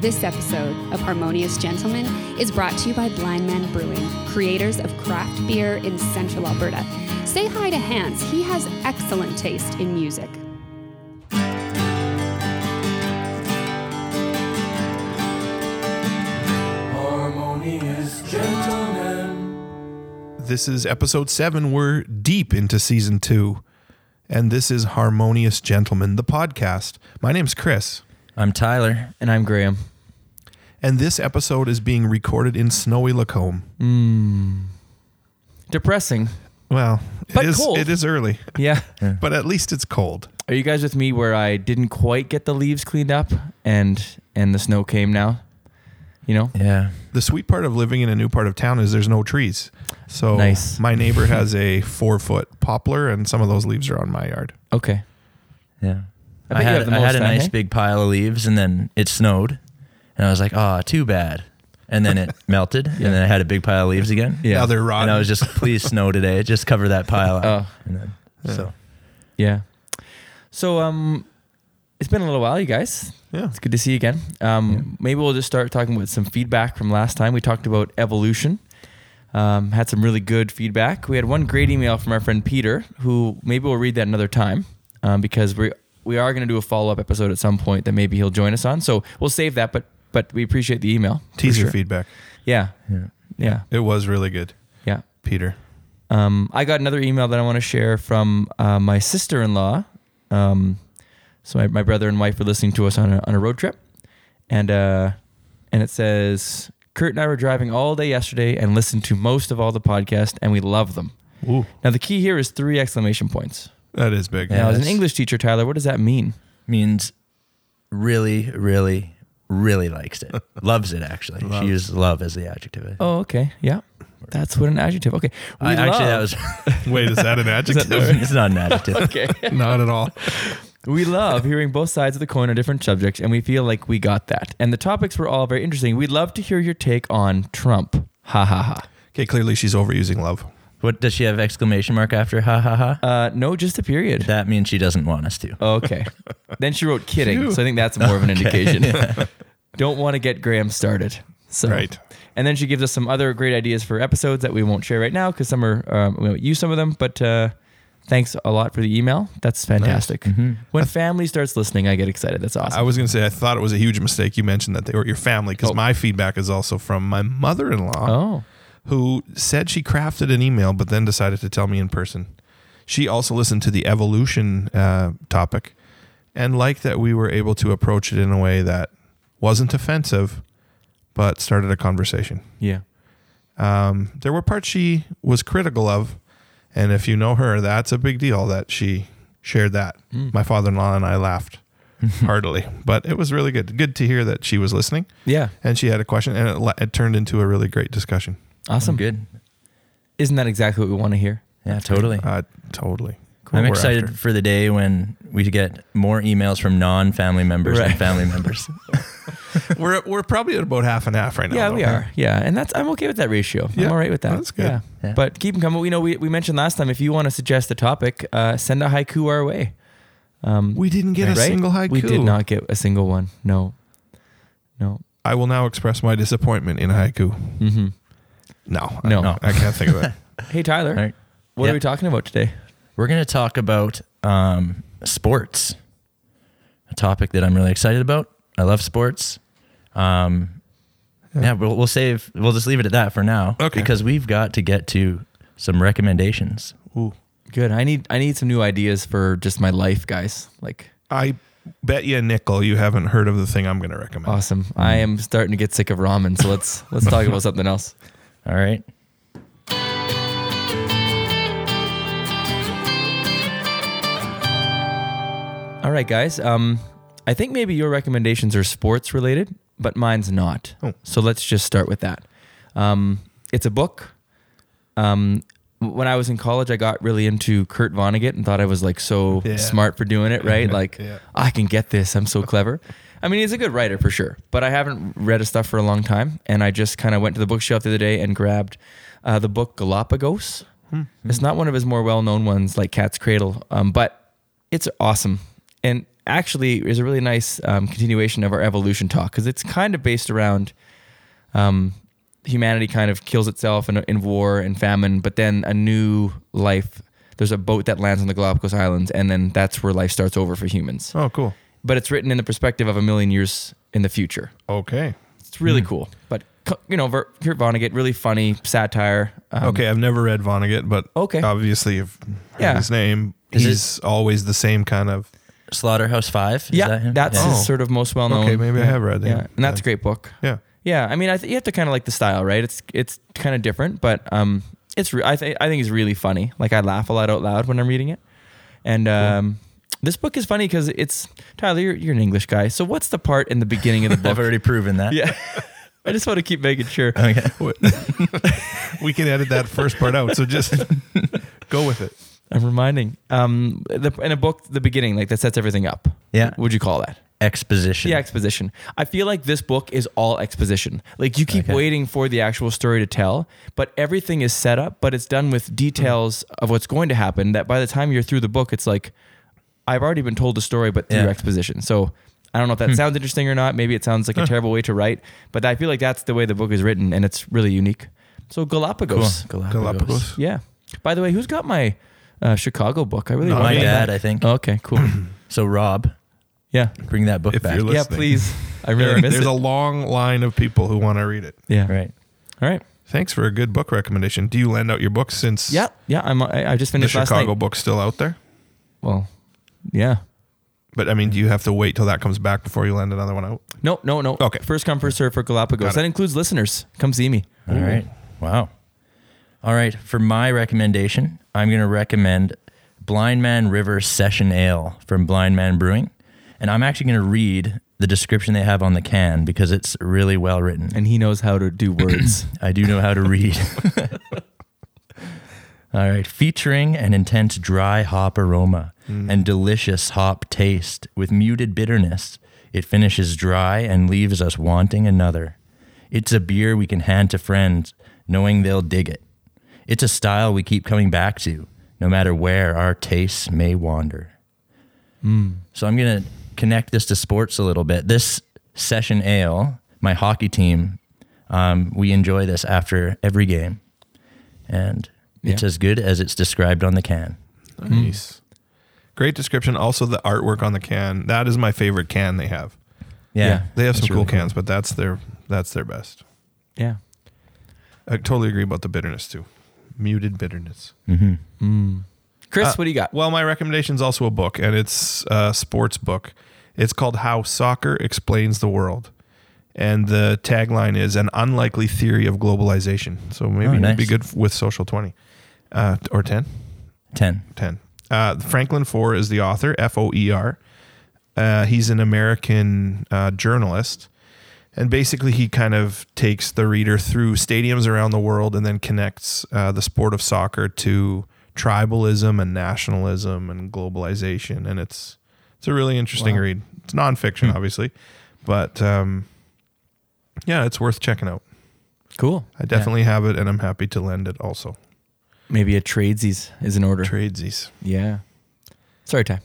This episode of Harmonious Gentlemen is brought to you by Blind Man Brewing, creators of craft beer in central Alberta. Say hi to Hans, he has excellent taste in music. Harmonious gentlemen. This is episode seven. We're deep into season two. And this is Harmonious Gentlemen, the podcast. My name's Chris. I'm Tyler. And I'm Graham. And this episode is being recorded in snowy Lacombe. Depressing. Well, it But is- cold. it is early, Yeah. but at least it's cold. Are you guys with me where I didn't quite get the leaves cleaned up and and the snow came now? You know? Yeah. The sweet part of living in a new part of town is there's no trees. So Nice. my neighbor has a four foot poplar, and some of those leaves are on my yard. Okay. Yeah. I, I bet you had, have the I had most a fun, nice hey? big pile of leaves and then it snowed. And I was like, oh, too bad. And then it melted. Yeah. And then I had a big pile of leaves again. Yeah. Now they're rotten. And I was just, please snow today. Just cover that pile up. Oh. And then, So Yeah. So um it's been a little while, you guys. yeah. It's good to see you again. Um, Maybe we'll just start talking with some feedback from last time. We talked about evolution. Um, had some really good feedback. We had one great email from our friend Peter, who maybe we'll read that another time um, because we we are going to do a follow up episode at some point that maybe he'll join us on. So we'll save that, but but we appreciate the email. for Teaser sure. feedback. Yeah, yeah. yeah, It was really good, yeah. Peter. Um, I got another email that I want to share from uh, my sister in law. Um, so my, my brother and wife were listening to us on a, on a road trip, and uh, and it says Kurt and I were driving all day yesterday and listened to most of all the podcast, and we love them. Ooh, Now the key here is three exclamation points. that is big. Yeah. Now, as an that's- English teacher, Tyler, what does that mean? Means really, really, really likes it. Loves it, actually. Love. She used love as the adjective. I think. Oh, okay, yeah, that's what an adjective. Okay, we I, actually, that love- was, Wait, is that an adjective? it's not an adjective. okay. Not at all. We love hearing both sides of the coin on different subjects, and we feel like we got that. And the topics were all very interesting. We'd love to hear your take on Trump. Ha ha ha. Okay, clearly she's overusing love. What does she have exclamation mark after? Ha ha ha. Uh, no, just a period. That means she doesn't want us to. okay. then she wrote kidding, so I think that's more of an indication. Don't want to get Graham started. So. Right. And then she gives us some other great ideas for episodes that we won't share right now because some are um, we won't use some of them. But uh, thanks a lot for the email. That's fantastic. When family starts listening, I get excited. That's awesome. I was going to say, I thought it was a huge mistake you mentioned that they were your family because Oh. my feedback is also from my mother in law oh, who said she crafted an email but then decided to tell me in person. She also listened to the evolution uh, topic and liked that we were able to approach it in a way that wasn't offensive but started a conversation. yeah. Um, there were parts she was critical of, and if you know her, that's a big deal that she shared that. Hmm. My father-in-law and I laughed heartily, but it was really good. Good to hear that she was listening Yeah. and she had a question, and it, le- it turned into a really great discussion. Awesome. Good. Isn't that exactly what we want to hear? Yeah, totally. Uh, totally. I'm We're excited after. for the day when we get more emails from non-family members Right. and family members. We're we're probably at about half and half right now. yeah, though. we are. Yeah, and that's I'm okay with that ratio. Yeah, I'm all right with that. that's good. Yeah. Yeah. But keep them coming. We know we, we mentioned last time if you want to suggest a topic, uh, send a haiku our way. Um, We didn't get a right? single haiku. We did not get a single one. No. No. I will now express my disappointment in haiku. hmm No, No. I, I can't think of that. Hey Tyler, All right. what Yeah. are we talking about today? We're going to talk about um, sports, a topic that I'm really excited about. I love sports. Um, Yeah. yeah, we'll, we'll save. We'll just leave it at that for now, Okay. because we've got to get to some recommendations. Ooh. Good. I need I need some new ideas for just my life, guys. Like I bet you a nickel you haven't heard of the thing I'm going to recommend. awesome. I am starting to get sick of ramen, so let's let's talk about something else. All right. All right, guys. Um, I think maybe your recommendations are sports related, but mine's not. Oh. So let's just start with that. Um, it's a book. Um, w- when I was in college, I got really into Kurt Vonnegut and thought I was like so Yeah. smart for doing it, right? Like, Yeah. I can get this. I'm so clever. I mean, he's a good writer for sure, but I haven't read his stuff for a long time. And I just kind of went to the bookshelf the other day and grabbed uh, the book Galapagos. It's not one of his more well known ones like Cat's Cradle, um, but it's awesome. And actually is a really nice um, continuation of our evolution talk because it's kind of based around um, humanity kind of kills itself in, in war and famine, but then a new life. There's a boat that lands on the Galapagos Islands, and then that's where life starts over for humans. Oh, cool. But it's written in the perspective of a million years in the future. Okay. It's really Hmm. cool. But co- you know, Ver- Kurt Vonnegut, really funny satire. Um, okay, I've never read Vonnegut, but Okay. obviously you've heard Yeah. his name. Is it- he's always the same kind of. Slaughterhouse Five. Yeah, that's yeah. Oh. his sort of most well known. Okay, maybe I have read it. Yeah, and that's a great book. Yeah. Yeah, I mean, I th- you have to kind of like the style, right? It's it's kind of different, but um, it's re- I think I think it's really funny. Like I laugh a lot out loud when I'm reading it, and um, this book is funny because it's Tyler, you're, you're an English guy, so what's the part in the beginning of the I've book? already proven that. yeah, I just want to keep making sure. Okay. We can edit that first part out. So just go with it. I'm reminding um, the, in a book, the beginning like that sets everything up. Yeah. would you call that? Exposition. Yeah, exposition. I feel like this book is all exposition. Like you keep Okay. waiting for the actual story to tell, but everything is set up, but it's done with details of what's going to happen that by the time you're through the book, it's like, I've already been told the story, but through Yeah. Hmm. exposition. So I don't know if that sounds interesting or not. Maybe it sounds like a terrible way to write, but I feel like that's the way the book is written and it's really unique. So Cool. Galapagos. Galapagos. Yeah. By the way, who's got my uh, Chicago book? I really No, want My Okay. dad, I think. Okay, cool. So Rob, Yeah. bring that book If back. you're Yeah, Listening. please. I really There- miss there's it. a long line of people who want to read it. yeah. Right. All right. Thanks for a good book recommendation. Do you lend out your books since Yeah, yeah. I'm. I, I just the finished last Chicago night. book's still out there? Well, yeah. But I mean, do you have to wait till that comes back before you lend another one out? No, no, no. Okay. First come, first serve for Galapagos. Got it. That includes listeners. Come see me. All right. Wow. All right. For my recommendation, I'm going to recommend Blind Man River Session Ale from Blind Man Brewing. And I'm actually going to read the description they have on the can because it's really well written. And he knows how to do words. I do know how to read. All right. Featuring an intense dry hop aroma and delicious hop taste with muted bitterness, it finishes dry and leaves us wanting another. It's a beer we can hand to friends, knowing they'll dig it. It's a style we keep coming back to, no matter where our tastes may wander. So I'm going to connect this to sports a little bit. This session ale, my hockey team, um, we enjoy this after every game. And it's Yeah. as good as it's described on the can. Hmm. Nice. Great description. Also, the artwork on the can. That is my favorite can they have. Yeah. Yeah. They have That's some cool really cans, but that's their that's their best. yeah. I totally agree about the bitterness too. Muted bitterness. Mm-hmm. Chris, Uh, what do you got? Well, my recommendation is also a book, and it's a sports book. It's called How Soccer Explains the World. And the tagline is an unlikely theory of globalization. So maybe Oh, it'd be nice. good with Social 20 uh, or 10. 10. 10. Uh, Franklin Foer is the author, F O E R. Uh, he's an American uh, journalist. And basically, he kind of takes the reader through stadiums around the world and then connects uh, the sport of soccer to tribalism and nationalism and globalization. And it's it's a really interesting Wow. read. It's nonfiction, obviously, but um, yeah, it's worth checking out. cool. I definitely have it, and I'm happy to lend it also. Maybe a tradesies is in order. Tradesies. yeah. Sorry, Ty.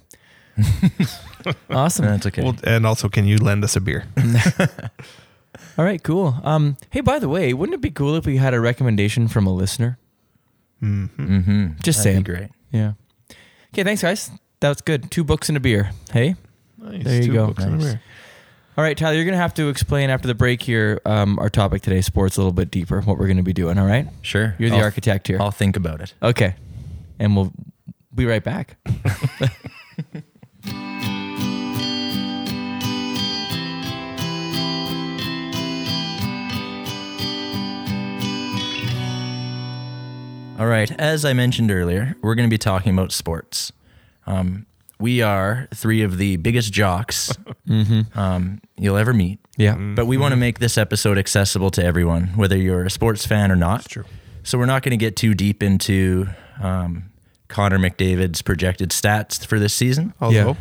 awesome. That's okay. Well, and also, can you lend us a beer? All right, cool. Um, hey, by the way, wouldn't it be cool if we had a recommendation from a listener? mm-hmm. Just That'd saying. be great. Yeah. Okay, thanks, guys. That was good. Two books and a beer. Hey. Nice. There you Two go. books and a Nice. beer. All right, Tyler, you're going to have to explain after the break here um, our topic today, sports, a little bit deeper, what we're going to be doing. All right. Sure. You're the I'll- architect here. I'll think about it. Okay. And we'll be right back. All right. As I mentioned earlier, we're going to be talking about sports. Um, we are three of the biggest jocks um, you'll ever meet. Mm-hmm. Yeah. Mm. But we Mm-hmm. want to make this episode accessible to everyone, whether you're a sports fan or not. true. So we're not going to get too deep into um, Connor McDavid's projected stats for this season, Although,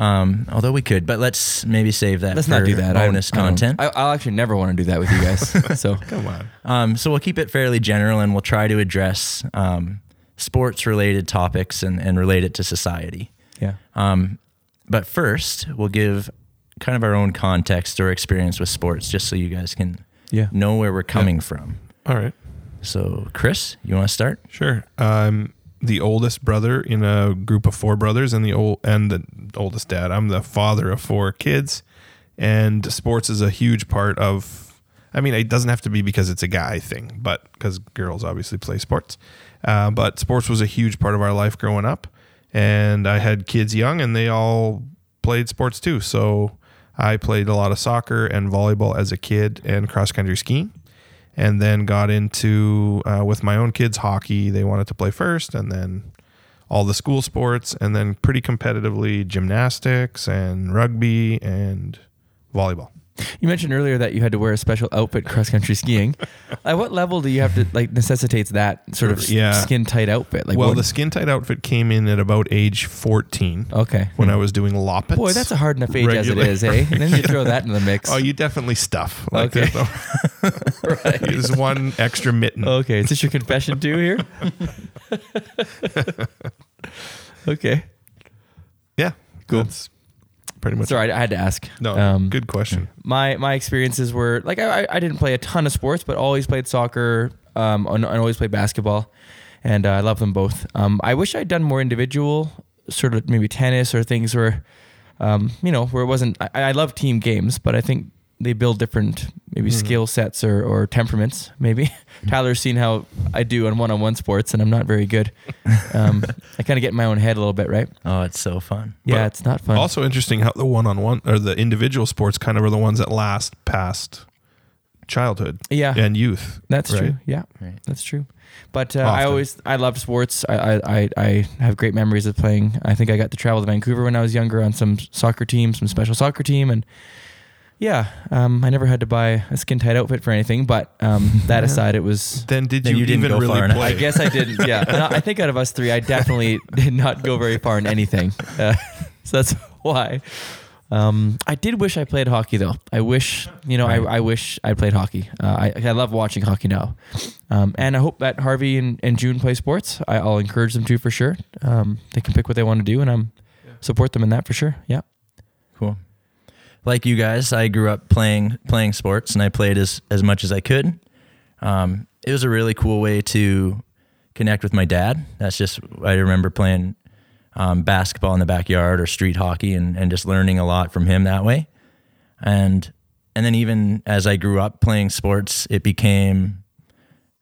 um, although we could. But let's maybe save that. Let's for not do that. I- Bonus I don't- content. I, I'll actually never want to do that with you guys. so come on. Um, so we'll keep it fairly general and we'll try to address um, sports related topics and, and relate it to society. yeah. Um, But first, we'll give kind of our own context or experience with sports, just so you guys can Yeah. know where we're coming from. All right. So, Chris, you want to start? Sure. I'm the oldest brother in a group of four brothers, and the old and the oldest dad. I'm the father of four kids, and sports is a huge part of. I mean, it doesn't have to be because it's a guy thing, but because girls obviously play sports. Uh, but sports was a huge part of our life growing up, and I had kids young, and they all played sports too. So I played a lot of soccer and volleyball as a kid, and cross country skiing and then got into uh, with my own kids hockey. They wanted to play first, and then all the school sports, and then pretty competitively gymnastics and rugby and volleyball. You mentioned earlier that you had to wear a special outfit cross country skiing. At what level do you have to like necessitates that sort of Yeah. skin tight outfit? Like well, what- the skin tight outfit came in at about age fourteen okay. when I was doing loppets. Hmm. Boy, that's a hard enough age as it Regular- is, eh? And then you throw that in the mix. Oh, you definitely stuff. Like Okay. okay. There's one extra mitten. okay, is this your confession too here? okay. Yeah. Cool. That's pretty much. Sorry, I had to ask. No, Um, good question. my my experiences were like I, I- I didn't play a ton of sports, but always played soccer um, and, and always played basketball, and uh, I love them both. Um, I wish I'd done more individual, sort of maybe tennis or things where, um, you know, where it wasn't. I, I love team games, but I think they build different maybe Mm-hmm. skill sets or, or temperaments. Maybe Tyler's seen how I do on one on one sports, and I'm not very good. Um, I kind of get in my own head a little bit, right? Oh, it's so fun. Yeah, But it's not fun. Also interesting how the one-on-one or the individual sports kind of are the ones that last past childhood Ah. yeah, and youth. That's right? true. Yeah, Right. that's true. But uh, I Often. always I love sports. I, I I I have great memories of playing. I think I got to travel to Vancouver when I was younger on some soccer team, some special soccer team, and yeah, um, I never had to buy a skin tight outfit for anything. But um, that aside, it was. Then did Then you, you didn't even go really far enough. play? I guess I didn't. Yeah, And I I think out of us three, I definitely did not go very far in anything. Uh, so that's why. Um, I did wish I played hockey though. I wish, you know, I, I wish I played hockey. Uh, I, I love watching hockey now. Um, and I hope that Harvey and, and June play sports. I, I'll encourage them to for sure. Um, they can pick what they want to do and I'm support them in that for sure. Yeah. Cool. Like you guys, I grew up playing playing sports, and I played as as much as I could. Um, it was a really cool way to connect with my dad. That's just I remember playing um, basketball in the backyard or street hockey, and and just learning a lot from him that way. And and then even as I grew up playing sports, it became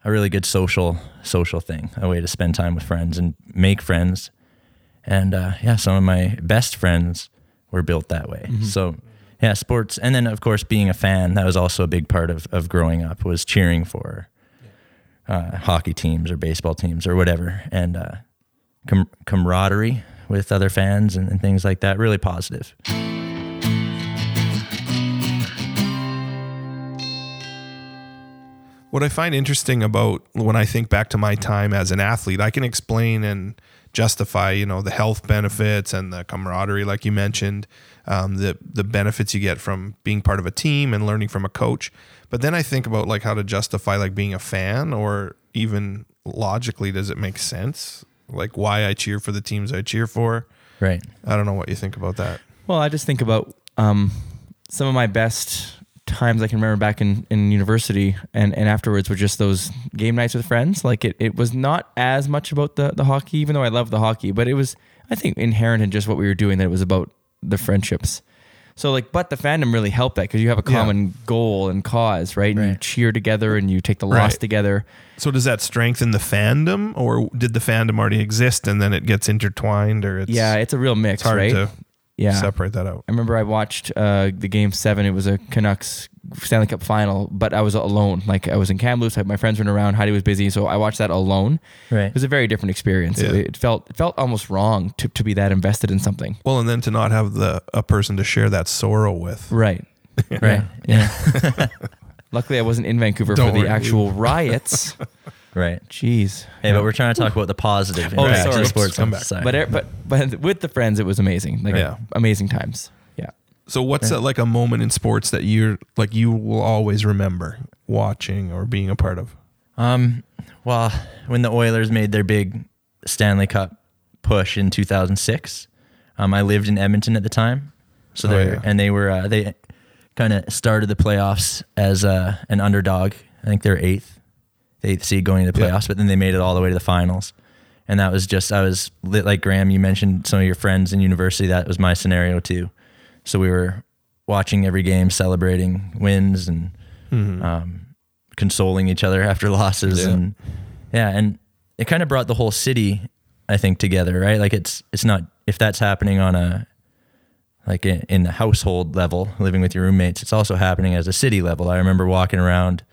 a really good social social thing, a way to spend time with friends and make friends. And uh, yeah, some of my best friends were built that way. So yeah, sports, and then of course being a fan that was also a big part of of growing up was cheering for uh, hockey teams or baseball teams or whatever, and uh, com- camaraderie with other fans and, and things like that. Really positive. What I find interesting about when I think back to my time as an athlete, I can explain and justify, you know, the health benefits and the camaraderie, like you mentioned, um, the the benefits you get from being part of a team and learning from a coach. But then I think about like how to justify like being a fan, or even logically, does it make sense? Like why I cheer for the teams I cheer for. Right. I don't know what you think about that. Well, I just think about um, some of my best times I can remember back in, in university and, and afterwards were just those game nights with friends. Like it, it was not as much about the, the hockey, even though I loved the hockey, but it was, I think, inherent in just what we were doing that it was about the friendships. So like, but the fandom really helped that because you have a Yeah. common goal and cause, right? And you Right. cheer together and you take the loss Right. together. So does that strengthen the fandom, or did the fandom already exist and then it gets intertwined? Or it's yeah, it's a real mix, it's hard right? to yeah, separate that out. I remember I watched uh, the game seven. It was a Canucks Stanley Cup final, but I was alone. Like I was in Kamloops, my friends weren't around. Heidi was busy, so I watched that alone. Right. It was a very different experience. It, Yeah. it felt it felt almost wrong to, to be that invested in something. Well, and then to not have the a person to share that sorrow with. Right. Right. Yeah. Luckily, I wasn't in Vancouver Don't for the worry. actual riots. Right. Jeez. Hey, but we're trying to talk about the positive. Oh, impact of sorry. Sports Come on back. society. But er- but but with the friends, it was amazing. Like Yeah. amazing times. Yeah. So what's that like a moment in sports that you're like you will always remember watching or being a part of? Um, well, when the Oilers made their big Stanley Cup push in 2006, Um, I lived in Edmonton at the time, so Oh, they yeah. are and they were uh, they kind of started the playoffs as uh, an underdog. I think they're eighth, the eighth seed going to the Yeah. playoffs, but then they made it all the way to the finals. And that was just I was li- like Graham. You mentioned some of your friends in university. That was my scenario too. So we were watching every game, celebrating wins and um, consoling each other after losses, Yeah. and yeah, and it kind of brought the whole city, I think, together, right? Like it's it's not if that's happening on a like in, in the household level, living with your roommates, it's also happening as a city level. I remember walking around,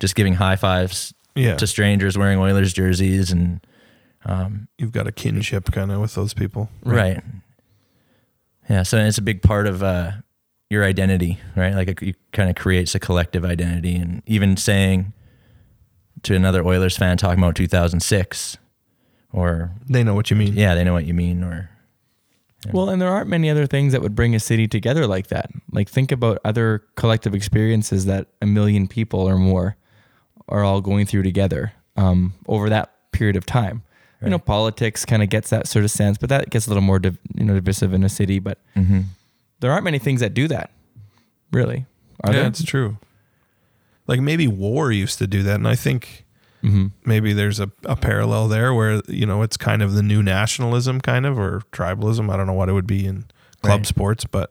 just giving high fives Yeah. to strangers wearing Oilers jerseys, and You've got a kinship kind of with those people. right. yeah. So it's a big part of uh, your identity, right? Like it, you kind of creates a collective identity, and even saying to another Oilers fan talking about 2006 or They know what you mean. yeah, they know what you mean, or Well, and there aren't many other things that would bring a city together like that. Like think about other collective experiences that a million people or more are all going through together um, over that period of time. You know, politics kind of gets that sort of sense, but that gets a little more div- you know divisive in a city. But there aren't many things that do that, really. Are yeah, there? it's true. Like maybe war used to do that, and I think Mm-hmm. maybe there's a, a parallel there where you know it's kind of the new nationalism, kind of or tribalism. I don't know what it would be in club Right. sports, but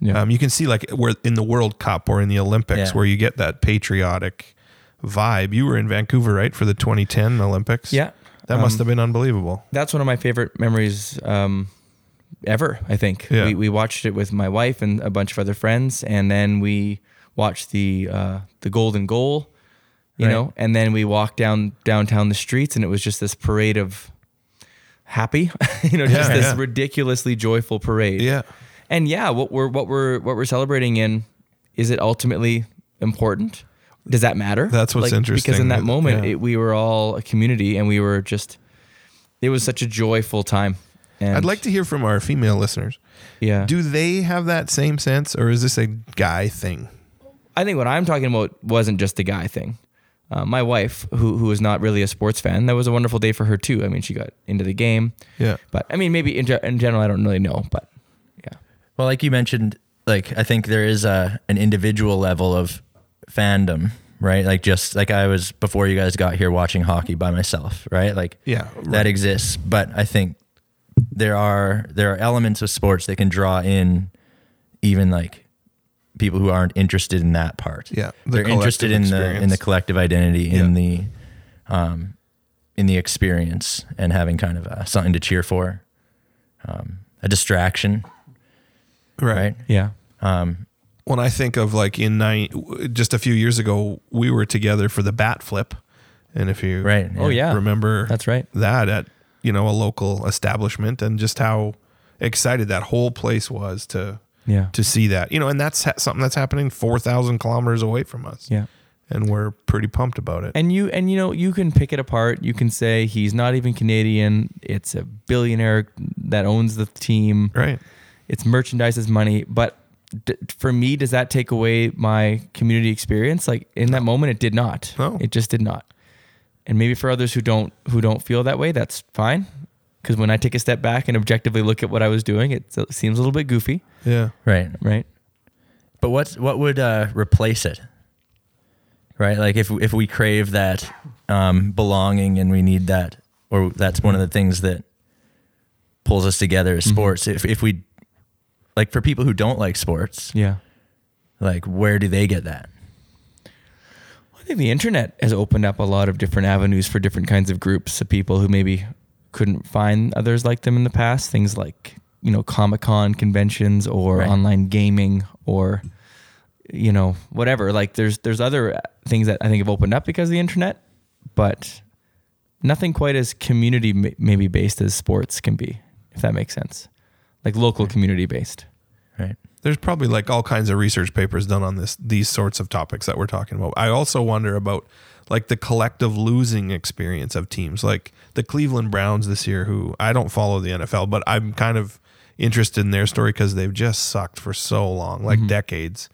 Yeah. um, you can see like where in the World Cup or in the Olympics Yeah. where you get that patriotic vibe. You were in Vancouver, right, for the 2010 Olympics? Yeah. that must Um, have been unbelievable. that's one of my favorite memories um, ever. I think Yeah. we, we watched it with my wife and a bunch of other friends, and then we watched the uh, the Golden Goal, you Right. know, and then we walked down downtown the streets, and it was just this parade of happy, you know, just Yeah, this yeah. ridiculously joyful parade. Yeah, And yeah, what we're what we're what we're celebrating in is it ultimately important? Does that matter? That's what's Because in interesting. that moment, Yeah. it, we were all a community, and we were just. It was such a joyful time. And I'd like to hear from our female listeners. Yeah. Do they have that same sense, or is this a guy thing? I think what I'm talking about wasn't just a guy thing. Uh, my wife, who who is not really a sports fan, that was a wonderful day for her too. I mean, she got into the game, Yeah, but I mean, maybe in, ge- in general, I don't really know, but yeah, Well, like you mentioned, like I think there is a an individual level of fandom, right? Like just like I was before you guys got here watching hockey by myself, right? Like Yeah, right. that exists, but I think there are there are elements of sports that can draw in even like people who aren't interested in that part. Yeah, the they're interested in collective the in the experience. collective identity in Yeah. the um in the experience and having kind of uh something to cheer for. Um, a distraction, right? yeah, when I think of like in nine, just a few years ago, we were together for the bat flip, and if you Right. Oh, yeah. remember That's right. that at you know a local establishment and just how excited that whole place was to Yeah. to see that you know and that's ha- something that's happening four thousand kilometers away from us yeah. and we're pretty pumped about it And you and you know you can pick it apart. You can say he's not even Canadian. It's a billionaire that owns the team. right It's merchandise's money. But d- for me, does that take away my community experience? Like in that moment, it did not. No. It just did not. And maybe for others who don't who don't feel that way, that's fine. Because when I take a step back and objectively look at what I was doing, it s- seems a little bit goofy, yeah Right. right? But what's what would uh, replace it? Right? Like if if we crave that um, belonging and we need that, or that's one of the things that pulls us together Mm-hmm. is sports. If if we like for people who don't like sports, Yeah. like where do they get that? I think the internet has opened up a lot of different avenues for different kinds of groups of people who maybe couldn't find others like them in the past. Things like, you know, Comic Con conventions or Right. online gaming or, you know, whatever. Like there's there's other things that I think have opened up because of the internet, but nothing quite as community ma- maybe based as sports can be, if that makes sense. Like local community based. Right. there's probably like all kinds of research papers done on this these sorts of topics that we're talking about. I also wonder about like the collective losing experience of teams like the Cleveland Browns this year who I don't follow the NFL but I'm kind of interested in their story cuz they've just sucked for so long, like decades.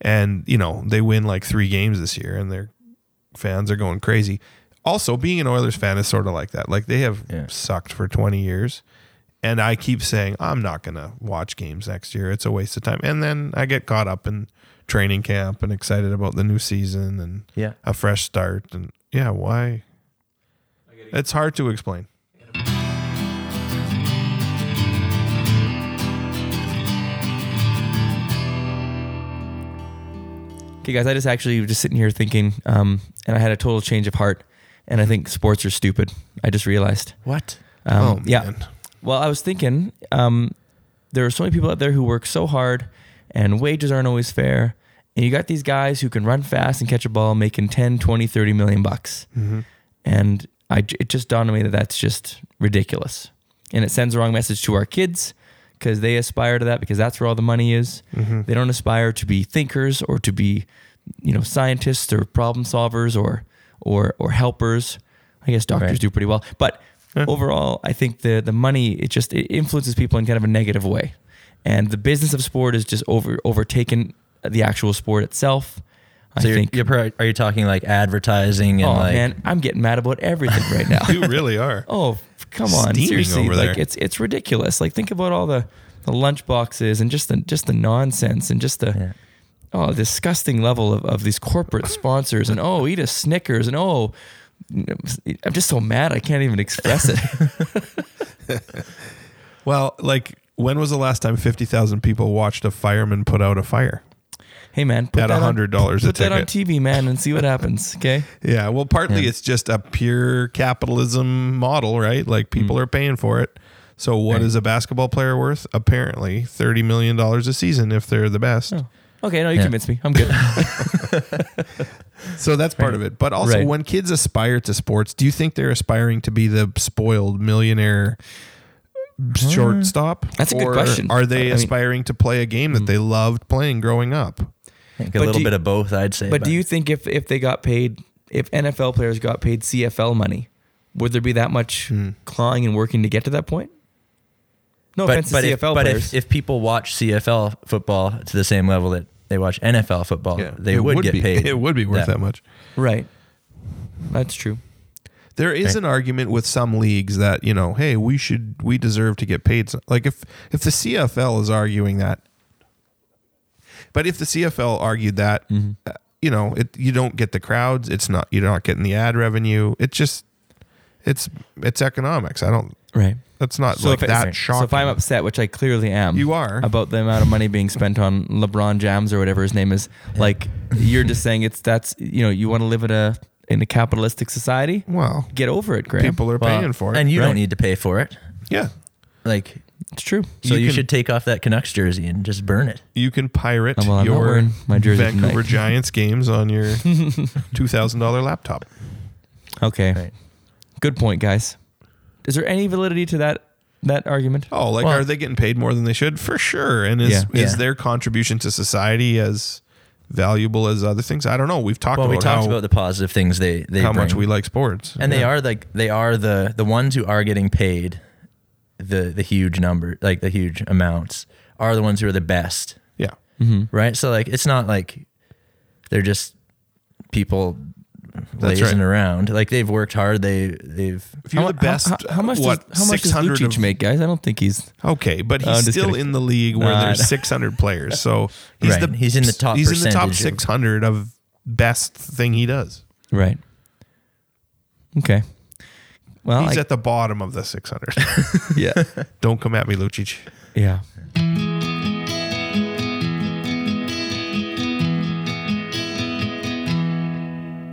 And you know, they win like 3 games this year and their fans are going crazy. Also, being an Oilers fan is sort of like that. Like they have Yeah. sucked for 20 years And I keep saying, I'm not going to watch games next year. It's a waste of time. And then I get caught up in training camp and excited about the new season and Yeah. a fresh start. And yeah, why? It's hard to explain. Okay, guys, I just actually was just sitting here thinking, um, and I had a total change of heart, and I think sports are stupid. I just realized. What? Um, oh, yeah. man. Well, I was thinking, um, there are so many people out there who work so hard, and wages aren't always fair. And you got these guys who can run fast and catch a ball, making 10, 20, 30 million bucks. Mm-hmm. And I, j- it just dawned on me that that's just ridiculous. And it sends the wrong message to our kids because they aspire to that because that's where all the money is. Mm-hmm. They don't aspire to be thinkers or to be, you know, scientists or problem solvers or or or helpers. I guess doctors Right. do pretty well, but overall, I think the the money it just it influences people in kind of a negative way, and the business of sport is just over overtaken the actual sport itself. So I you're, think. you're pro- are you talking like advertising and oh like man, I'm getting mad about everything right now. You really are. Oh, f- come on, Steaming seriously! over like there. it's it's ridiculous. Like think about all the the lunch boxes and just the just the nonsense and just the Yeah. oh disgusting level of, of these corporate sponsors and oh eat a Snickers and oh I'm just so mad I can't even express it. Well, like, when was the last time 50,000 people watched a fireman put out a fire? hey man, put At that on- $100 a Put that on ticket. TV, man, and see what happens. Okay. Yeah, well, partly it's just a pure capitalism model, right? Like Mm. people are paying for it. So, what is a basketball player worth? Apparently, thirty million dollars a season if they're the best. Oh. Okay, no, you Yeah. convinced me. I'm good. So that's part of it. But also, Right. when kids aspire to sports, do you think they're aspiring to be the spoiled millionaire Hmm. shortstop? That's a good Or question. Are I they mean- aspiring to play a game mm. that they loved playing growing up? I think But a do little you- bit of both? I'd say. But do you think if if they got paid, if NFL players got paid CFL money, would there be that much Hmm. clawing and working to get to that point? No But, offense but, to if, CFL but players. if, if people watch CFL football to the same level that they watch NFL football, Oh, they It would, get be, paid. It would be worth Yeah. that much. right. That's true. There is Right. an argument with some leagues that you know, hey, we should we deserve to get paid. some- Like if if the CFL is arguing that, but if the CFL argued that, Mm-hmm. uh, you know, it you don't get the crowds. It's not you're not getting the ad revenue. It just it's it's economics. I don't. Right. That's not So like if, that that shocking. so if I'm upset, which I clearly am, You are. about the amount of money being spent on LeBron James or whatever his name is. Like you're just saying it's that's you know you want to live in a in a capitalistic society. well, Get over it, Graham. people are Well, paying for it, and you Right. don't need to pay for it. yeah, Like, it's true. so You you, can- should take off that Canucks jersey and just burn it. you can pirate Oh, well, I'm not your wearing my jersey Vancouver tonight. Giants games on your two thousand dollar laptop. Okay. Right. Good point, guys. Is there any validity to that that argument? Oh, like Well- are they getting paid more than they should? For sure. And is Yeah. is Yeah. their contribution to society as valuable as other things? I don't know. We've talked Well, about we talked how, about the positive things they they how much bring. we like sports. and they Yeah. are like they are the the ones who are getting paid the the huge number like the huge amounts are the ones who are the best Yeah. right so like it's not like they're just people That's lazing right. around like they've worked hard they they've If you're mu- the best, How, how much what, does how much does 600 Lucic of- make, guys? I don't think he's. Okay, but I'm he's just still kidding. in the league where Nah, I there's don't- 600 players. So he's Right. the He's in the top He's in the top percentage of- 600 of best thing he does. Right. Okay. Well, He's I- at the bottom of the 600. yeah, don't come at me, Lucic. yeah.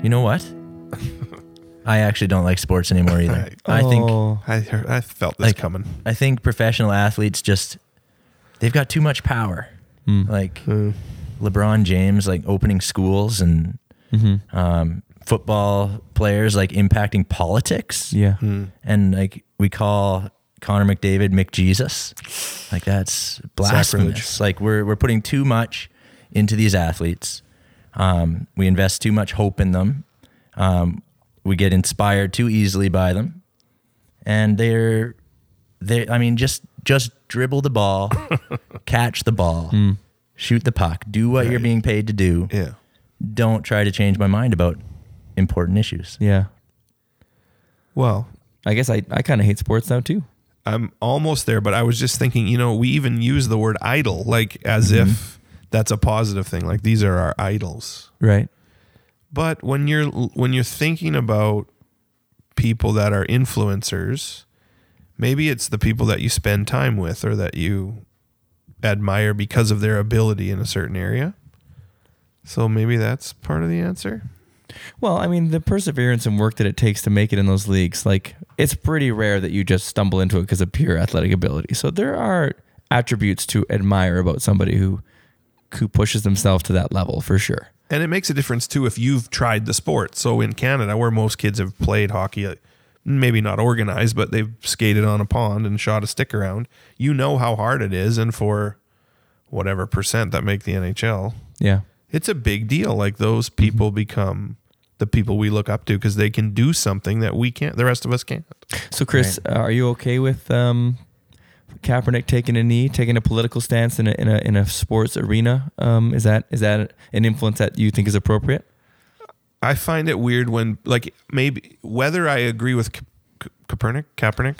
you know what i actually don't like sports anymore either i think Oh, I heard, I felt this like coming. i think professional athletes just they've got too much power like Mm-hmm. lebron james like opening schools and Mm-hmm. um, football players like impacting politics yeah. and like we call Connor McDavid McJesus. Like that's blasphemous. Sacrilege. Like we're we're putting too much into these athletes. Um, we invest too much hope in them. Um, we get inspired too easily by them, and they're they. I mean, just just dribble the ball, catch the ball, shoot the puck, do what you're Hmm. Right. being paid to do. Yeah. Don't try to change my mind about important issues. Yeah. Well, I guess I I kind of hate sports now too. I'm almost there, but I was just thinking, you know, we even use the word idol like as if that's a positive thing. Like these are our idols. Right. But when you're when you're thinking about people that are influencers, maybe it's the people that you spend time with or that you admire because of their ability in a certain area. So maybe that's part of the answer. Well, I mean, the perseverance and work that it takes to make it in those leagues, like it's pretty rare that you just stumble into it because of pure athletic ability. So there are attributes to admire about somebody who who pushes themselves to that level for sure. And it makes a difference too if you've tried the sport. So in Canada, where most kids have played hockey, uh, maybe not organized, but they've skated on a pond and shot a stick around, you know how hard it is. And for whatever percent that make the NHL, Yeah. it's a big deal. Like those people become the people we look up to because they can do something that we can't, the rest of us can't. So Chris, uh, are you okay with um, Kaepernick taking a knee, taking a political stance in a in a, in a sports arena? Um, is that is that an influence that you think is appropriate? I find it weird when, like, maybe whether I agree with K- K- Copernic, Kaepernick,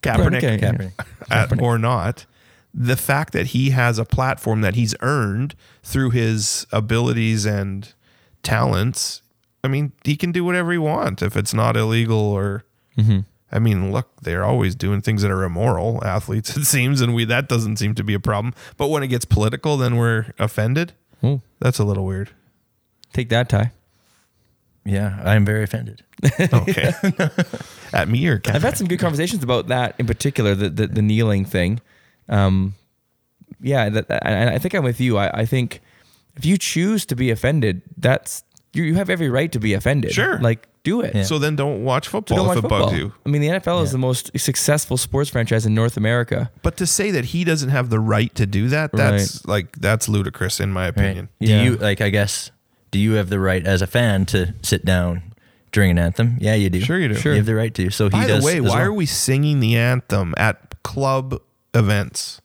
Kaepernick, Okay. at, or not, the fact that he has a platform that he's earned through his abilities and talents, I mean, he can do whatever he wants if it's not illegal or. Mm-hmm. I mean, look, they're always doing things that are immoral, athletes, it seems, and we that doesn't seem to be a problem. But when it gets political, then we're offended. Ooh. That's a little weird. Take that, Ty. Yeah, I'm very offended. Okay. At me or I've had some good conversations about that in particular, the the, the kneeling thing. Um, yeah, that, and I think I'm with you. I, I think if you choose to be offended, that's you, you have every right to be offended. Sure. like do it. So then don't watch football Don't if watch it football. bugs you. I mean, the NFL is the most successful sports franchise in North America. But to say that he doesn't have the right to do that, that's like that's ludicrous in my Right? opinion. Do Yeah. you like? I guess. Do you have the right as a fan to sit down during an anthem? Yeah, you do. Sure you do. Sure. You have the right to. So he By the does. way, as why well. are we singing the anthem at club events?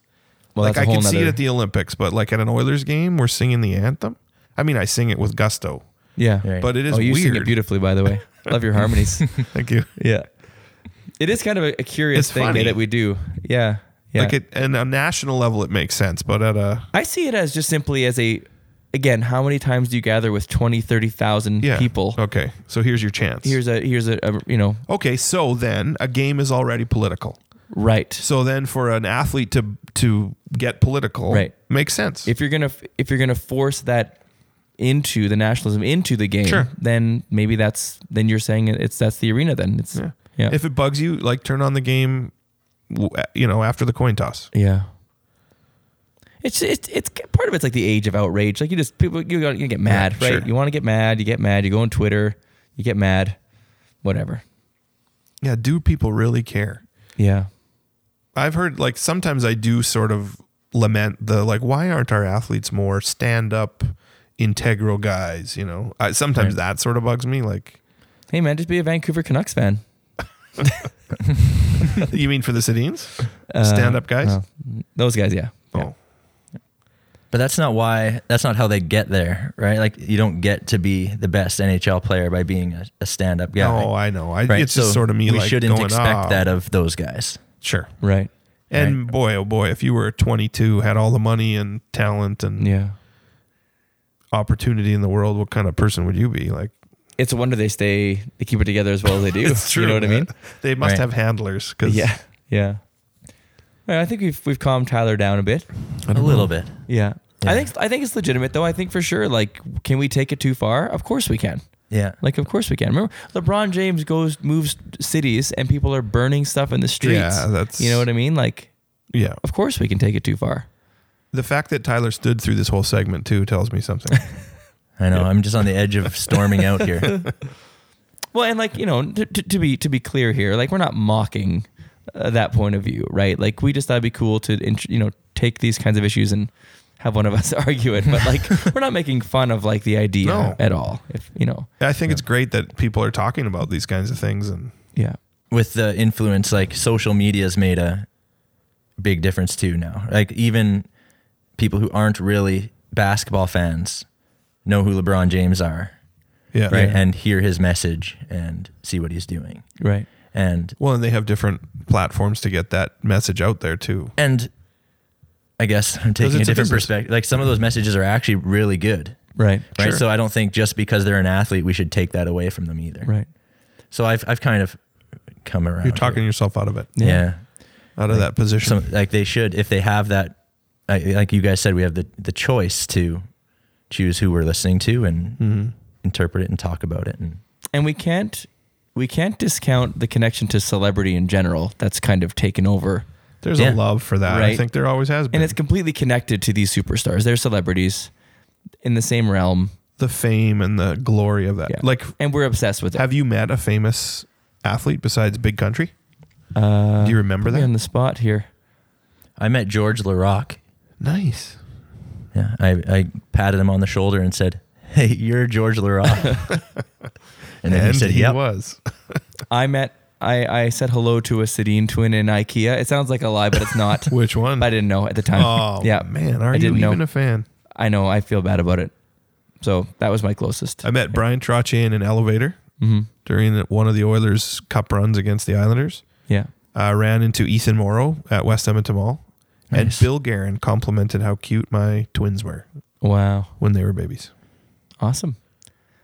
Well, like that's a I whole can see it nother- at the Olympics, but like at an Oilers game, we're singing the anthem. I mean, I sing it with gusto, Yeah, Right. but it is oh, you weird. sing it beautifully, by the way. Love your harmonies. Thank you. yeah, it is kind of a, a curious It's thing funny. that we do. Yeah, yeah. Like it, and a national level, it makes sense, but at a I see it as just simply as a, again, how many times do you gather with 20, 30,000 yeah, Oh. people? Okay, so here's your chance. Here's a here's a, a you know okay, so then a game is already political. right. So then for an athlete to to get political Right. makes sense. If you're gonna if you're gonna force that into the nationalism into the game, Sure. then maybe that's then you're saying it's that's the arena. Then it's yeah yeah If it bugs you, like turn on the game, w- you know, after the coin toss. yeah. It's it's it's part of it's like the age of outrage. Like you just people you gotta- you get mad Yeah, right. sure. You want to get mad. You get mad. You go on Twitter. You get mad. Whatever. Yeah, do people really care? Yeah. I've heard like sometimes I do sort of lament the like why aren't our athletes more stand up integral guys, you know? I, sometimes that sort of bugs me like Hey man, just be a Vancouver Canucks fan. you mean for the Sedines? stand up guys? Uh, no. Those guys, yeah. yeah. Oh. But that's not why. That's not how they get there, right? Like you don't get to be the best NHL player by being a, a stand-up guy. No, I know. I, right? It's just sort of me We like shouldn't going, expect "Ah, that of those guys. Sure. Right. And boy, oh boy, if you were 22, had all the money and talent and Yeah. opportunity in the world, what kind of person would you be? Like, It's a wonder they stay they keep it together as well as they do. It's true. You know what I mean? They must Right. have handlers because Yeah. Yeah. All right, I think we've we've calmed Tyler down a bit. A little bit. Yeah. Yeah. I think I think it's legitimate though. I think for sure like can we take it too far? Of course we can. Yeah. Like of course we can. Remember LeBron James goes moves cities and people are burning stuff in the streets. Yeah, that's- You know what I mean? Like yeah. of course we can take it too far. The fact that Tyler stood through this whole segment too tells me something. I know. I'm just on the edge of storming out here. Well, and like you know, to, to, to be to be clear here, like we're not mocking uh, that point of view, right? Like we just thought it'd be cool to int- you know take these kinds of issues and have one of us argue it, but like we're not making fun of like the idea No. at all. If you know, I think it's great that people are talking about these kinds of things, and yeah, With the influence, like social media's made a big difference too now. Like even people who aren't really basketball fans know who LeBron James are, yeah, right? And hear his message and see what he's doing. right, And Well, and they have different platforms to get that message out there too. and I guess I'm taking a it's a different business. perspective. Like some of those messages are actually really good. Right. Right. Sure. So I don't think just because they're an athlete, we should take that away from them either. Right. So I've, I've kind of come around. You're talking here. yourself out of it, Yeah. out of that position. Some, like they should, if they have that, like, like you guys said, we have the, the choice to choose who we're listening to and Mm-hmm. interpret it and talk about it. And and we can't we can't discount the connection to celebrity in general that's kind of taken over There's a Yeah. love for that. I Right. think there always has been. and it's completely connected to these superstars they're celebrities in the same realm the fame and the glory of that. yeah Like, and we're obsessed with it have you met a famous athlete besides Big Country? uh, Do you remember put me that? on the spot here I met George LaRocque. Nice. Yeah. I, I patted him on the shoulder and said, Hey, you're George LaRocque. and then and he said, he Yep. was. i met I, I said hello to a Sedin twin in IKEA. It sounds like a lie, but it's not. Which one? I didn't know at the time. Oh yeah, man, are I you didn't know. even a fan? I know. I feel bad about it. So that was my closest. I met Brian Trottier in an elevator Mhm. during the- one of the Oilers' cup runs against the Islanders. Yeah. I ran into Ethan Morrow at West Edmonton Mall, and Bill Guerin complimented how cute my twins were Wow. when they were babies. Awesome.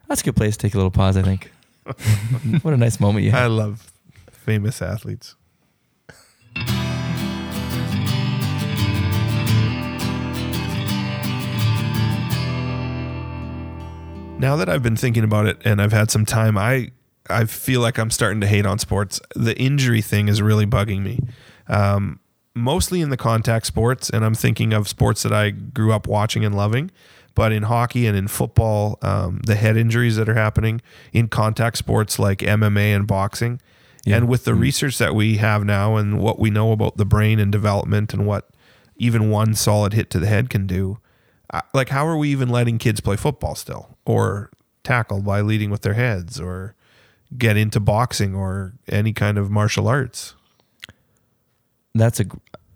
That's a good place to take a little pause, I think. what a nice moment you I had. love famous athletes. Now that I've been thinking about it and I've had some time, I I feel like I'm starting to hate on sports. The injury thing is really bugging me. Um, mostly in the contact sports, and I'm thinking of sports that I grew up watching and loving. But in hockey and in football, um, the head injuries that are happening in contact sports like MMA and boxing, and with the Mm-hmm. research that we have now and what we know about the brain and development and what even one solid hit to the head can do, I- like how are we even letting kids play football still or tackle by leading with their heads or get into boxing or any kind of martial arts That's a g-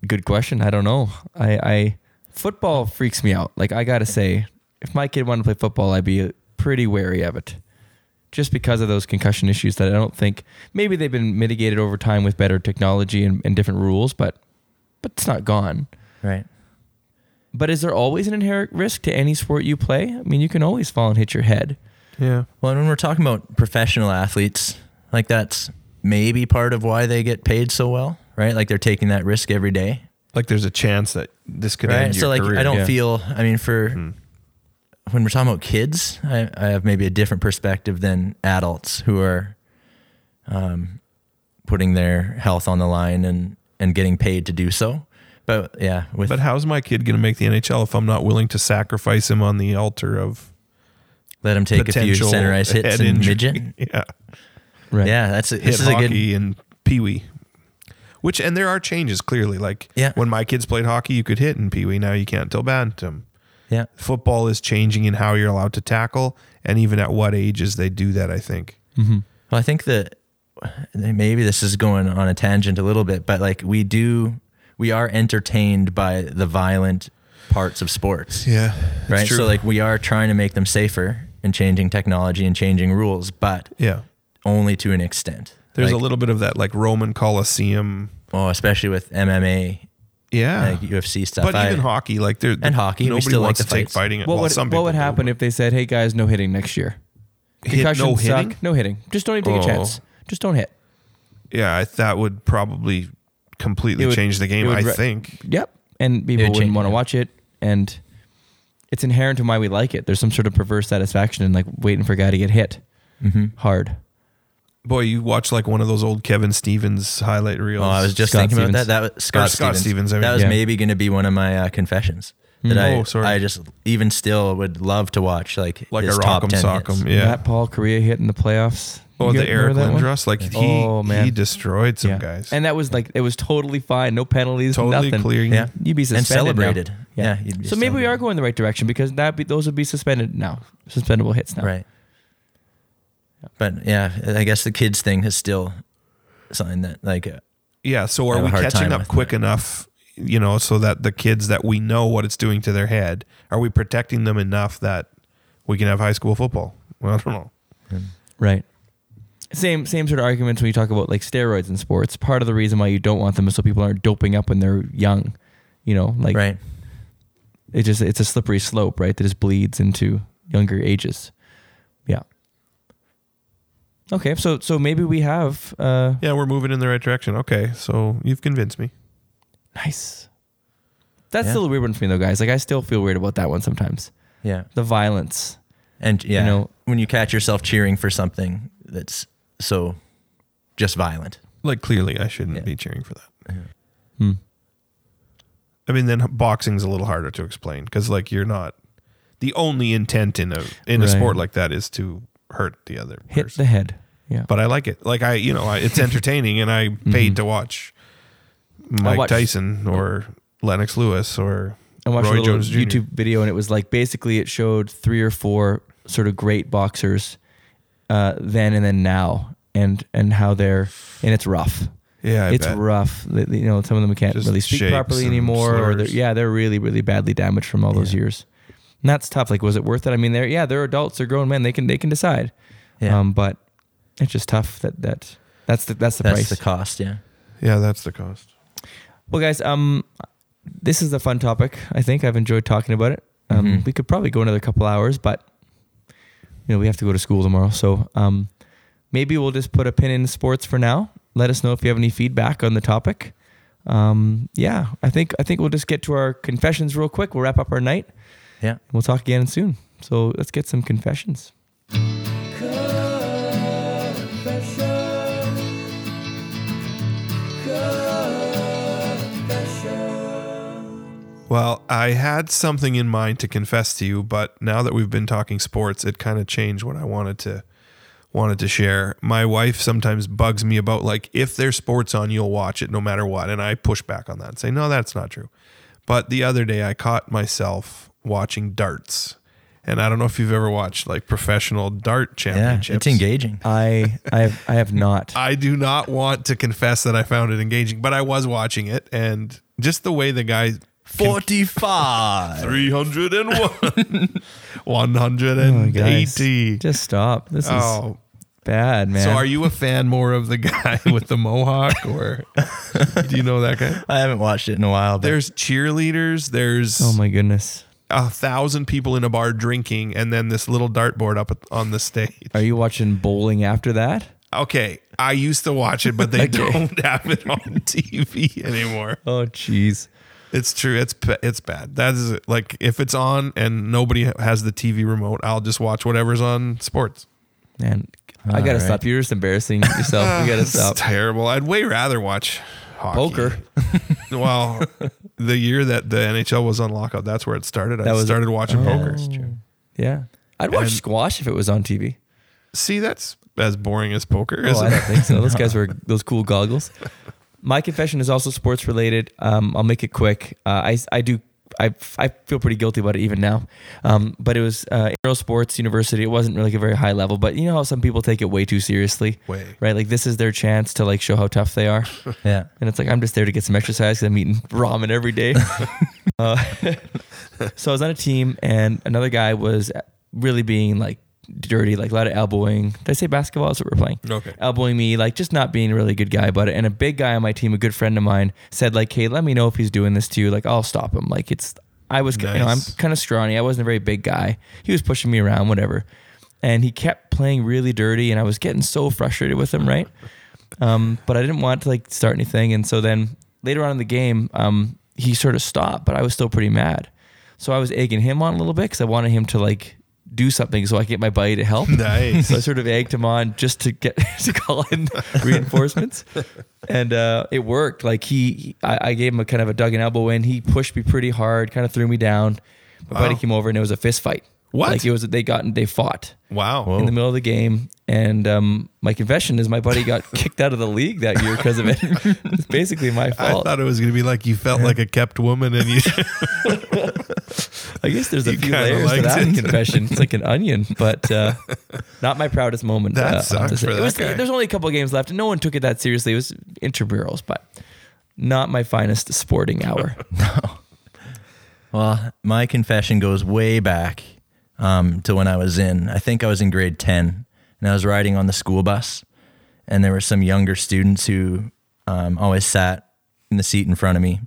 good question. I don't know. I, I football freaks me out. Like I gotta say, if my kid wanted to play football, I'd be pretty wary of it, just because of those concussion issues that I don't think maybe they've been mitigated over time with better technology and, and different rules, but but it's not gone. Right. But is there always an inherent risk to any sport you play? I mean, you can always fall and hit your head. yeah Well, and when we're talking about professional athletes, like that's maybe part of why they get paid so well, right? Like they're taking that risk every day, like there's a chance that this could right? end your So, like, career. Hmm. I don't yeah. feel. I mean, for when we're talking about kids, I, I have maybe a different perspective than adults who are um, putting their health on the line and and getting paid to do so. But yeah, with but how's my kid going to make the NHL if I'm not willing to sacrifice him on the altar of let them take a few potential center ice hits head and injury? midget. Yeah, Right. Yeah, that's a, hit this is a hockey good and peewee. Which and there are changes clearly. Like Yeah. when my kids played hockey, you could hit in peewee. Now you can't till bantam. yeah. football is changing in how you're allowed to tackle and even at what ages they do that, I think. Well, I think that maybe this is going on a tangent a little bit, but like we do, we are entertained by the violent parts of sports, Yeah. right? So like we are trying to make them safer and changing technology and changing rules, but yeah. only to an extent. There's Like, a little bit of that like Roman Coliseum. oh, especially with MMA, Yeah. like UFC stuff. but I- even hockey, like there And hockey, we nobody still like wants the to take fights. fighting. What well, would, some what people would do, happen but if they said, "Hey guys, no hitting next year. hit, no Concussions hitting? suck. No hitting. Just don't even take Oh. a chance. Just don't hit." Yeah, I, that would probably completely It would- change the game. it would I re- think. Yep. And people would wouldn't change, want to yeah. watch it, and it's inherent in why we like it. There's some sort of perverse satisfaction in like waiting for a guy to get hit Mm-hmm. hard. Boy, you watch like one of those old Kevin Stevens highlight reels. Oh, I was just Scott thinking about Stevens. that. That was Scott, Scott Stevens. Stevens, I mean. that was Yeah. maybe going to be one of my uh, confessions Mm-hmm. that I, Oh, sorry. I just even still would love to watch, like like his a top rock'em 10 hits. sock'em. Yeah. Matt Paul Korea hit in the playoffs. oh, You the guys Eric remember that one? Lindros, like he Oh, man. he destroyed some Yeah. guys. And that was like it was totally fine, no penalties, totally nothing. clear. Yeah. You'd be suspended and celebrated. now. Yeah. you'd be So maybe we are celebrated. going the right direction because that be, those would be suspended now, suspendable hits now. right. But yeah, I guess the kids thing is still something that like uh, Yeah. So have are a we hard catching time up with quick that. enough, you know, so that the kids that we know what it's doing to their head, are we protecting them enough that we can have high school football? Well, I don't know. Right. same same sort of arguments when you talk about like steroids in sports. Part of the reason why you don't want them is so people aren't doping up when they're young. You know, like right. it just it's a slippery slope, right? That just bleeds into younger ages. Yeah. Okay, so so maybe we have uh Yeah, we're moving in the right direction. Okay, so you've convinced me. nice. That's Yeah. still a weird one for me though, guys. Like I still feel weird about that one sometimes. Yeah. The violence. And yeah, know- when you catch yourself cheering for something that's so just violent. Like clearly, I shouldn't Yeah. be cheering for that. Hmm. I mean, then boxing's a little harder to explain because like you're not the only intent in a in a Right. sport like that is to hurt the other Hit person. the Mm-hmm. head. Yeah. but I like it. Like I, you know, I, it's entertaining, and I paid to watch Mike watched- Tyson or Lennox Lewis or I watched Roy a little Jones Jr.. YouTube video, and it was like basically it showed three or four sort of great boxers, uh, then and then now, and and how they're and it's rough. yeah, I it's bet. rough. That, You know, some of them can't Just really speak shakes properly and anymore. Or they're, slurs. yeah, they're really really badly damaged from all those Yeah. years. And that's tough. Like, was it worth it? I mean, they're yeah, they're adults, they're grown men. They can they can decide. Yeah. Um, but it's just tough that that that's the that's the that's price. the cost. Yeah. yeah, that's the cost. Well, guys, um, this is a fun topic. I think I've enjoyed talking about it. Um, Mhm. We could probably go another couple hours, but you know we have to go to school tomorrow, so um, maybe we'll just put a pin in sports for now. Let us know if you have any feedback on the topic. Um, yeah, I think I think we'll just get to our confessions real quick. We'll wrap up our night. Yeah. and we'll talk again soon. So let's get some confessions. Well, I had something in mind to confess to you, but now that we've been talking sports, it kind of changed what I wanted to wanted to share. My wife sometimes bugs me about like if there's sports on, you'll watch it no matter what, and I push back on that and say no, that's not true. But the other day, I caught myself watching darts, and I don't know if you've ever watched like professional dart Yeah. championships. It's engaging. I I have, I have not. I do not want to confess that I found it engaging, but I was watching it, and just the way the guy 45. 301 Guys, 180 Oh, just stop. This is oh bad, man. so are you a fan more of the guy with the mohawk or do you know that guy I haven't watched it in a while. But there's cheerleaders there's Oh my goodness. a thousand people in a bar drinking and then this little dartboard up at- on the stage Are you watching bowling after that? okay i used to watch it but they don't have it on tv anymore Oh, jeez. It's true. It's p- it's bad. That is like if it's on and nobody has the TV remote, I'll just watch whatever's on sports. Man, I gotta right. stop. You're just embarrassing yourself. You gotta It's stop. terrible. I'd way rather watch hockey. Poker. well, the year that the NHL was on lockout, that's where it started. I That was- Oh. started watching poker. Yeah. I'd watch And- squash if it was on TV. See, that's as boring as poker, Oh, isn't I it? don't think so. Those guys were those cool goggles. My confession is also sports related. Um, I'll make it quick. Uh, I I do I, I feel pretty guilty about it even now. Um, but it was uh, Aero Sports University. It wasn't really like a very high level, but you know how some people take it way too seriously, Way. right? Like this is their chance to like show how tough they are. yeah. And it's like, I'm just there to get some exercise because I'm eating ramen every day. uh, so I was on a team, and another guy was really being like dirty, like a lot of elbowing. Did I say basketball? That's what we're playing. Okay. Elbowing me, like just not being a really good guy about it. And a big guy on my team, a good friend of mine, said, like, hey, let me know if he's doing this to you. Like, I'll stop him. Like, it's, I was, you know, I'm Nice. kind of scrawny. I wasn't a very big guy. He was pushing me around, whatever. And he kept playing really dirty, and I was getting so frustrated with Uh-huh. him, right? um, but I didn't want to like start anything. And so then later on in the game, um, he sort of stopped, but I was still pretty mad. So I was egging him on a little bit because I wanted him to like do something so I could get my buddy to help. Nice. So I sort of egged him on just to get to call in reinforcements, and uh, it worked. Like he, I, I gave him a kind of a dug and elbow in. He pushed me pretty hard, kind of threw me down. My buddy Wow. came over and it was a fist fight. What? Like it was they got they fought Wow. in the middle of the game. And um, my confession is my buddy got kicked out of the league that year because of it. it's basically my I fault. I, thought it was going to be like you felt like a kept woman and you guess there's a you few kinda layers to liked that it. confession. It's like an onion, but uh, not my proudest moment. That uh, I'll sucks just say. for It that was- guy. There's only a couple of games left, and no one took it that seriously. It was intramurals, but not my finest sporting hour. Well, my confession goes way back um, to when I was in, I think I was in grade 10, and I was riding on the school bus, and there were some younger students who um, always sat in the seat in front of me,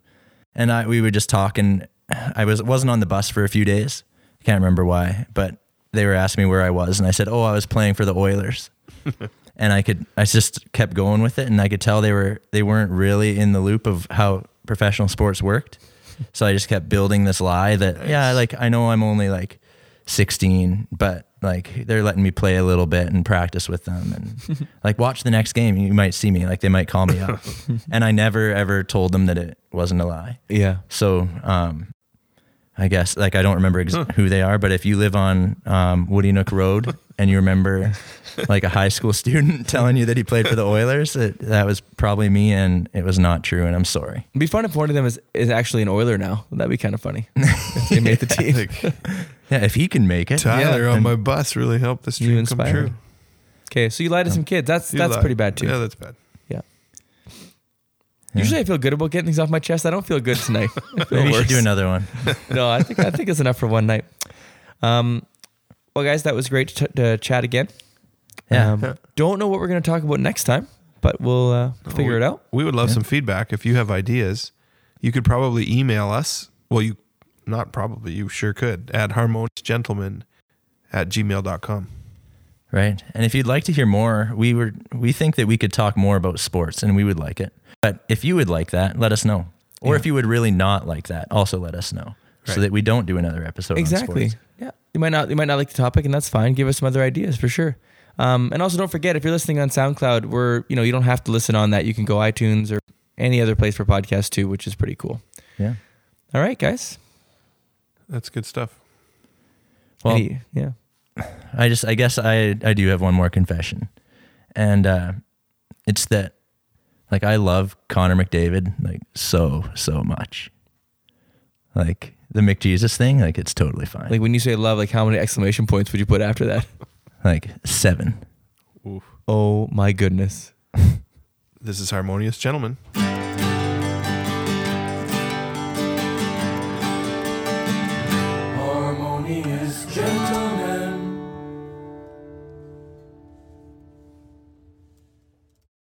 and I we would just talk. And I was wasn't on the bus for a few days. I can't remember why, but they were asking me where I was, and I said, "Oh, I was playing for the Oilers." and I could I just kept going with it and I could tell they were they weren't really in the loop of how professional sports worked. So I just kept building this lie that yeah, like I know I'm only like 16, but like they're letting me play a little bit and practice with them and like watch the next game, you might see me, like they might call me up. and I never ever told them that it wasn't a lie. Yeah. So um I guess like I don't remember ex- who they are, but if you live on um, Woody Nook Road and you remember like a high school student telling you that he played for the Oilers, it, that was probably me, and it was not true, and I'm sorry. It'd be fun if one of them is, is actually an Oiler now. That'd be kind of funny. if they made the team. Yeah, if he can make it, Tyler Yeah. on my bus really helped this You dream come inspire true. me. Okay, so you lied to some kids. That's You that's lied. pretty bad too. Yeah, that's bad. Usually I feel good about getting things off my chest. I don't feel good tonight. I feel maybe you should worse. do another one. no, I think I think it's enough for one night. Um, well, guys, that was great to, to chat again. Yeah. Um, don't know what we're going to talk about next time, but we'll uh, figure it out. We would love some feedback. If you have ideas, you could probably email us. Well, you not probably, you sure could at harmoniousgentleman at gmail.com. Right. And if you'd like to hear more, we were we think that we could talk more about sports and we would like it. But if you would like that, let us know. Or if you would really not like that, also let us know. So Right. that we don't do another episode on Exactly. sports. Yeah. You might not you might not like the topic, and that's fine. Give us some other ideas for sure. Um, and also, don't forget if you're listening on SoundCloud, we're you know you don't have to listen on that. You can go iTunes or any other place for podcasts too, which is pretty cool. Yeah. All right, guys. That's good stuff. Well, Any- yeah. I just, I guess I, I do have one more confession. And uh, it's that, like, I love Connor McDavid, like, so, so much. Like, the McJesus thing, like, it's totally fine. Like, Like when you say love, like how many exclamation points would you put after that? seven. Oh my goodness. This is Harmonious Gentleman.